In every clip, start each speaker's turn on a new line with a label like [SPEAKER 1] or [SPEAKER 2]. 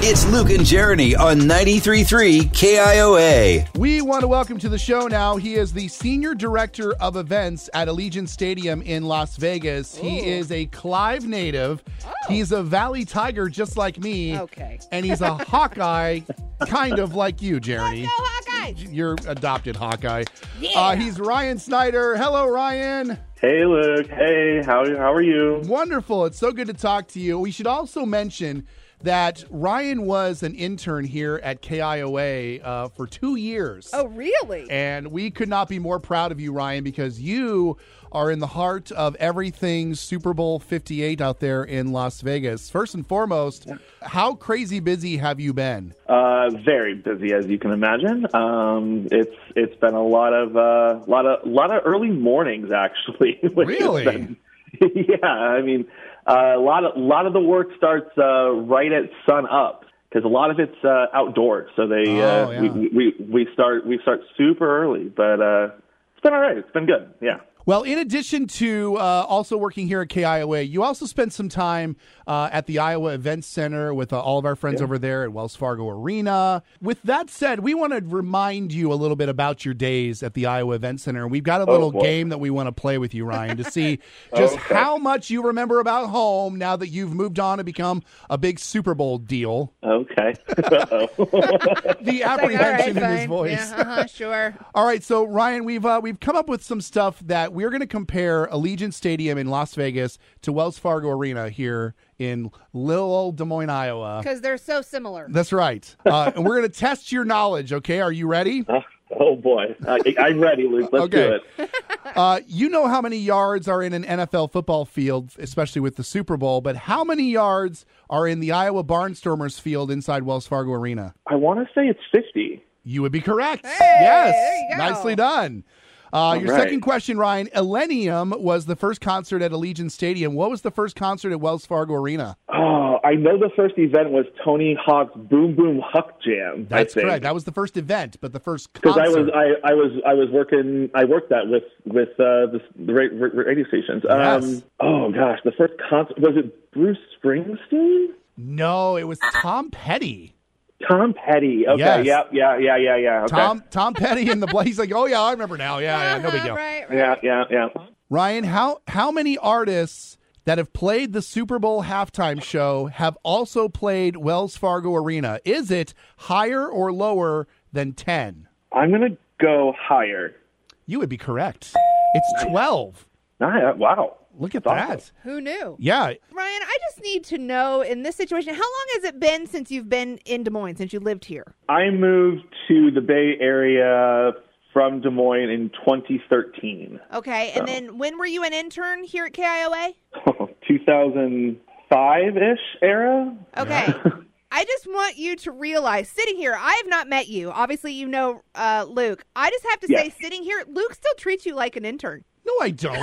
[SPEAKER 1] It's Luke and Jeremy on 93.3 KIOA.
[SPEAKER 2] We want to welcome to the show now. He is the senior director of events at Allegiant Stadium in Las Vegas. He is a Clive native. He's a Valley Tiger, just like me.
[SPEAKER 3] Oh. Okay.
[SPEAKER 2] And he's a Hawkeye, kind of like you, Jeremy.
[SPEAKER 3] Go Hawkeyes!
[SPEAKER 2] You're adopted Hawkeye. Uh,
[SPEAKER 3] Yeah.
[SPEAKER 2] he's Ryan Snyder. Hello, Ryan.
[SPEAKER 4] Hey, Luke. Hey, how how are you?
[SPEAKER 2] Wonderful. It's so good to talk to you. We should also mention that Ryan was an intern here at KIOA uh, for two years.
[SPEAKER 3] Oh, really?
[SPEAKER 2] And we could not be more proud of you, Ryan, because you are in the heart of everything Super Bowl 58 out there in Las Vegas. First and foremost, how crazy busy have you been?
[SPEAKER 4] Uh, very busy, as you can imagine. Um, it's it's been a lot of uh, lot of lot of early mornings, actually. which has
[SPEAKER 2] Really?
[SPEAKER 4] been- yeah, I mean, uh, a lot of lot of the work starts uh, right at sun up because a lot of it's uh, outdoors. So they
[SPEAKER 2] Oh,
[SPEAKER 4] uh,
[SPEAKER 2] yeah.
[SPEAKER 4] we, we we start we start super early, but uh, it's been all right. It's been good. Yeah.
[SPEAKER 2] Well, in addition to uh, also working here at KIOA, you also spent some time uh, at the Iowa Events Center with uh, all of our friends over there at Wells Fargo Arena. With that said, we want to remind you a little bit about your days at the Iowa Events Center. We've got a
[SPEAKER 3] Oh,
[SPEAKER 2] little
[SPEAKER 4] boy.
[SPEAKER 2] game that we want to play with you, Ryan, to see just
[SPEAKER 4] Okay.
[SPEAKER 2] how much you remember about home now that you've moved on to become a big Super Bowl deal.
[SPEAKER 4] Okay. Uh-oh.
[SPEAKER 2] The
[SPEAKER 3] Like, all right,
[SPEAKER 2] apprehension in his
[SPEAKER 3] fine.
[SPEAKER 2] voice.
[SPEAKER 3] Yeah, uh-huh, sure.
[SPEAKER 2] All right, so Ryan, we've uh, we've come up with some stuff that we're going to compare Allegiant Stadium in Las Vegas to Wells Fargo Arena here in little old Des Moines, Iowa.
[SPEAKER 3] Because they're so similar.
[SPEAKER 2] That's right, uh, and we're going to test your knowledge. Okay, are you ready?
[SPEAKER 4] oh boy, I, I'm ready, Luke. Let's
[SPEAKER 2] Okay.
[SPEAKER 4] do it.
[SPEAKER 2] Uh, you know how many yards are in an NFL football field, especially with the Super Bowl, but how many yards are in the Iowa Barnstormers field inside Wells Fargo Arena?
[SPEAKER 4] I want to say it's 50.
[SPEAKER 2] You would be correct.
[SPEAKER 3] Hey,
[SPEAKER 2] yes.
[SPEAKER 3] there you go.
[SPEAKER 2] Nicely done. Uh, your
[SPEAKER 4] right.
[SPEAKER 2] second question, Ryan. Elenium was the first concert at Allegiant Stadium. What was the first concert at Wells Fargo Arena?
[SPEAKER 4] Oh, I know the first event was Tony Hawk's Boom Boom Huck Jam.
[SPEAKER 2] That's
[SPEAKER 4] I think.
[SPEAKER 2] correct. That was the first event, but the first
[SPEAKER 4] because
[SPEAKER 2] concert.
[SPEAKER 4] I was I, I was I was working I worked that with with uh, the, the ra- ra- radio stations.
[SPEAKER 2] Yes.
[SPEAKER 4] Um, oh gosh, the first concert was it Bruce Springsteen?
[SPEAKER 2] no, it was Tom Petty.
[SPEAKER 4] Tom Petty. Okay,
[SPEAKER 2] Yes.
[SPEAKER 4] yeah, yeah, yeah, yeah, yeah. Okay.
[SPEAKER 2] Tom Tom Petty and the Bla- he's like, oh yeah, I remember now. Yeah, yeah, no big
[SPEAKER 3] Uh-huh,
[SPEAKER 2] deal.
[SPEAKER 3] Right, right.
[SPEAKER 4] Yeah, yeah, yeah.
[SPEAKER 2] Ryan, how how many artists that have played the Super Bowl halftime show have also played Wells Fargo Arena? Is it higher or lower than ten?
[SPEAKER 4] I'm gonna go higher.
[SPEAKER 2] You would be correct. It's 12.
[SPEAKER 4] Nah, uh, wow.
[SPEAKER 2] Look at
[SPEAKER 4] Awesome.
[SPEAKER 2] that.
[SPEAKER 3] Who knew?
[SPEAKER 2] Yeah.
[SPEAKER 3] Ryan, I just need to know in this situation, how long has it been since you've been in Des Moines, since you lived here?
[SPEAKER 4] I moved to the Bay Area from Des Moines in 2013.
[SPEAKER 3] Okay. And then when were you an intern here at KIOA?
[SPEAKER 4] 2005 ish era.
[SPEAKER 3] Okay. I just want you to realize, sitting here, I have not met you. Obviously, you know uh, Luke. I just have to
[SPEAKER 4] Yes.
[SPEAKER 3] say, sitting here, Luke still treats you like an intern.
[SPEAKER 2] No, I don't.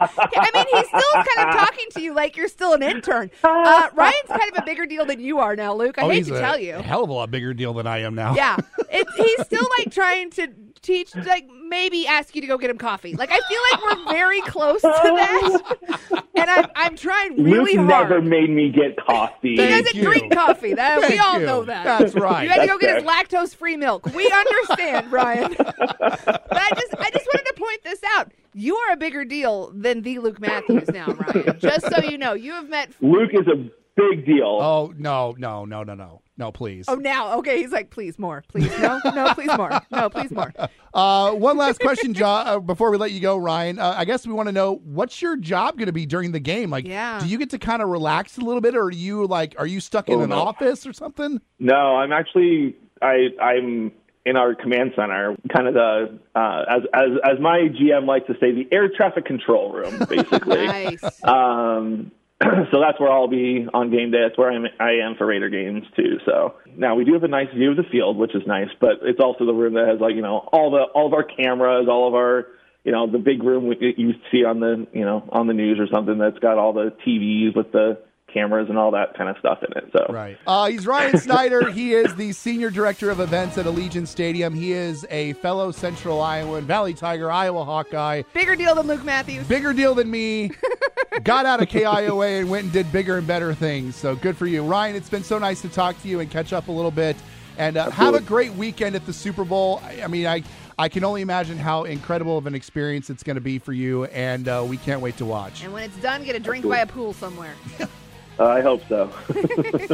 [SPEAKER 3] I mean, he's still kind of talking to you like you're still an intern. Uh, Ryan's kind of a bigger deal than you are now, Luke. I hate
[SPEAKER 2] Oh, he's
[SPEAKER 3] to
[SPEAKER 2] a
[SPEAKER 3] tell you.
[SPEAKER 2] hell of a lot bigger deal than I am now.
[SPEAKER 3] Yeah, it's, he's still like trying to teach, like maybe ask you to go get him coffee. Like I feel like we're very close to that, and I'm I'm trying really
[SPEAKER 4] Luke
[SPEAKER 3] hard.
[SPEAKER 4] never made me get coffee.
[SPEAKER 3] he
[SPEAKER 2] Thank
[SPEAKER 3] doesn't
[SPEAKER 2] you.
[SPEAKER 3] drink coffee. That we
[SPEAKER 2] Thank
[SPEAKER 3] all
[SPEAKER 2] you.
[SPEAKER 3] know that.
[SPEAKER 2] That's right.
[SPEAKER 3] You had to
[SPEAKER 4] That's
[SPEAKER 3] go get his
[SPEAKER 4] fair.
[SPEAKER 3] lactose-free milk. We understand, Ryan. but I just, I just wanted to point this out. You are a bigger deal than the Luke Matthews now, Ryan. Just so you know, you have met.
[SPEAKER 4] Luke is a big deal.
[SPEAKER 2] Oh, no, no, no, no, no. No, please.
[SPEAKER 3] Oh, now, okay. He's like, please more, please no, no, please more, no, please more.
[SPEAKER 2] Uh, one last question, John, uh, before we let you go, Ryan. Uh, I guess we want to know what's your job going to be during the game? Like,
[SPEAKER 3] Yeah.
[SPEAKER 2] do you get to kind of relax a little bit, or are you like, are you stuck in
[SPEAKER 4] Oh,
[SPEAKER 2] an
[SPEAKER 4] no.
[SPEAKER 2] office or something?
[SPEAKER 4] No, I'm actually I I'm in our command center, kind of the uh, as as as my GM likes to say, the air traffic control room, basically.
[SPEAKER 3] Nice.
[SPEAKER 4] Um, so that's where I'll be on game day. That's where I'm, I am for Raider games too. So now we do have a nice view of the field, which is nice, but it's also the room that has like you know all the all of our cameras, all of our you know the big room we- that you see on the you know on the news or something that's got all the TVs with the cameras and all that kind of stuff in it. So
[SPEAKER 2] Right. Uh, he's Ryan Snyder. He is the senior director of events at Allegiant Stadium. He is a fellow Central Iowan Valley Tiger, Iowa Hawkeye.
[SPEAKER 3] Bigger deal than Luke Matthews.
[SPEAKER 2] bigger deal than me. got out of KIOA and went and did bigger and better things. So good for you, Ryan. It's been so nice to talk to you and catch up a little bit. And uh, have a great weekend at the Super Bowl. I, I mean, I I can only imagine how incredible of an experience it's going to be for you, and uh, we can't wait to watch.
[SPEAKER 3] And when it's done, get a drink by a pool somewhere.
[SPEAKER 4] Uh, I hope so.